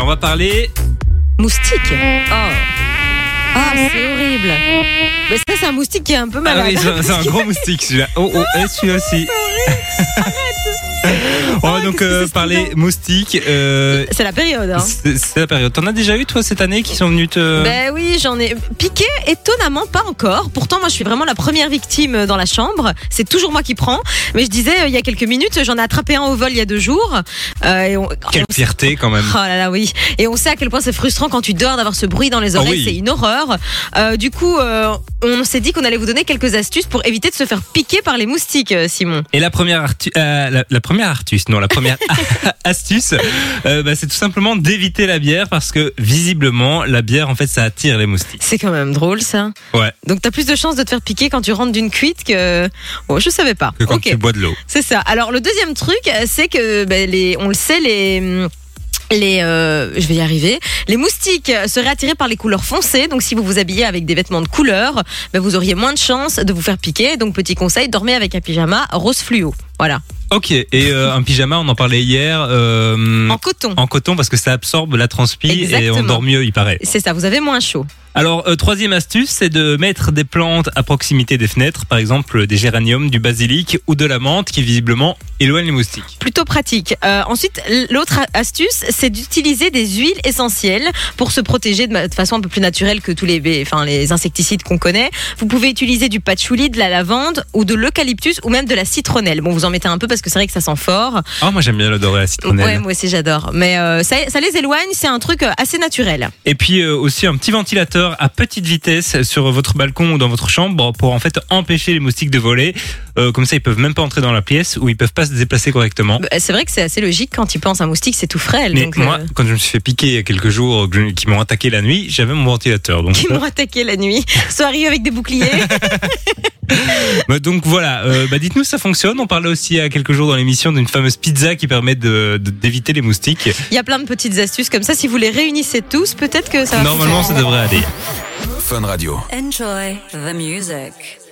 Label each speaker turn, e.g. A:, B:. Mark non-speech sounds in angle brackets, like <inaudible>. A: on va parler.
B: Moustique. Oh. Ah, c'est horrible. Mais ça, c'est un moustique qui est un peu
A: Ah
B: malade. Ah,
A: oui, c'est c'est un gros moustique celui-là. Oh, oh, et celui-là aussi. On va
B: Ah,
A: donc
B: qu'est-ce que
A: euh,
B: c'est
A: parler
B: strident.
A: moustique. euh,
B: C'est la période. Hein.
A: c'est c'est la période. T'en as déjà eu toi cette année qui sont venus te.
B: Ben oui, j'en ai piqué, étonnamment pas encore. Pourtant, moi, je suis vraiment la première victime euh, dans la chambre. C'est toujours moi qui prends. Mais je disais, euh, il y a quelques minutes, j'en ai attrapé un au vol il y a deux jours. Euh, et on-
A: Quelle
B: on-
A: fierté quand même.
B: Oh là là, oui. Et on sait à quel point c'est frustrant quand tu dors d'avoir ce bruit dans les
A: Ah
B: oreilles,
A: oui.
B: c'est une horreur. Euh, du coup, euh, on s'est dit qu'on allait vous donner quelques astuces pour éviter de se faire piquer par les moustiques, euh, Simon.
A: Et la première, artu- euh, la, la première artus, non, la première <laughs> astuce, euh, bah, c'est tout simplement d'éviter la bière parce que visiblement, la bière, en fait, ça attire les moustiques.
B: C'est quand même drôle, ça.
A: Ouais.
B: Donc, t'as plus de chances de te faire piquer quand tu rentres d'une cuite que. Bon, je savais pas.
A: Que quand
B: Ok.
A: tu bois de l'eau.
B: C'est ça. Alors le deuxième truc, euh, c'est que ben, les, on le sait, les les, euh, je vais y arriver. Les moustiques euh, seraient attirés par les couleurs foncées, donc si vous vous habillez avec des vêtements de couleur, ben, vous auriez moins de chances de vous faire piquer. Donc petit conseil, dormez avec un pyjama rose fluo. Voilà,
A: Ok, et euh, un pyjama, on en parlait hier, euh,
B: en coton.
A: en coton parce que ça absorbe la transpi et on
B: Exactement.
A: dort mieux, il paraît.
B: C'est ça, vous avez moins chaud.
A: Alors, euh, troisième astuce, c'est de mettre des plantes à proximité des fenêtres, par exemple des géraniums, du basilic ou de la menthe qui visiblement éloignent les moustiques.
B: Plutôt pratique. Euh, ensuite, l- l'autre a- astuce, c'est d'utiliser des huiles essentielles pour se protéger de, ma- de façon un peu plus naturelle que tous les, bé- enfin, les insecticides qu'on connaît. Vous pouvez utiliser du patchouli, de la lavande ou de l'eucalyptus ou même de la citronnelle. Bon, vous en mettez un peu parce que c'est vrai que ça sent fort.
A: Ah, moi j'aime bien l'odeur de la citronnelle.
B: Ouais, moi aussi j'adore. Mais euh, ça, ça les éloigne, c'est un truc euh, assez naturel.
A: Et puis euh, aussi un petit ventilateur à petite vitesse sur votre balcon ou dans votre chambre pour en fait empêcher les moustiques de voler. Euh, comme ça, ils peuvent même pas entrer dans la pièce ou ils peuvent pas se déplacer correctement.
B: Bah, C'est vrai que c'est assez logique quand il pense un moustique, c'est tout frêle.
A: Mais
B: donc,
A: moi,
B: euh,
A: quand je me suis fait piquer il y a quelques jours, que je- qui m'ont attaqué la nuit, j'avais mon ventilateur. Donc,
B: <laughs> Qui m'ont attaqué la nuit, soit arrivés avec
A: <laughs>
B: des boucliers.
A: Bah, donc voilà, euh, bah, dites-nous si ça fonctionne. On parlait aussi il y a quelques jours dans l'émission d'une fameuse pizza qui permet de- de- d'éviter les moustiques.
B: Il y a plein de petites astuces comme ça. Si vous les réunissez tous, peut-être que ça va
A: Normalement, ça devrait aller.
C: Fun Radio.
D: Enjoy the music.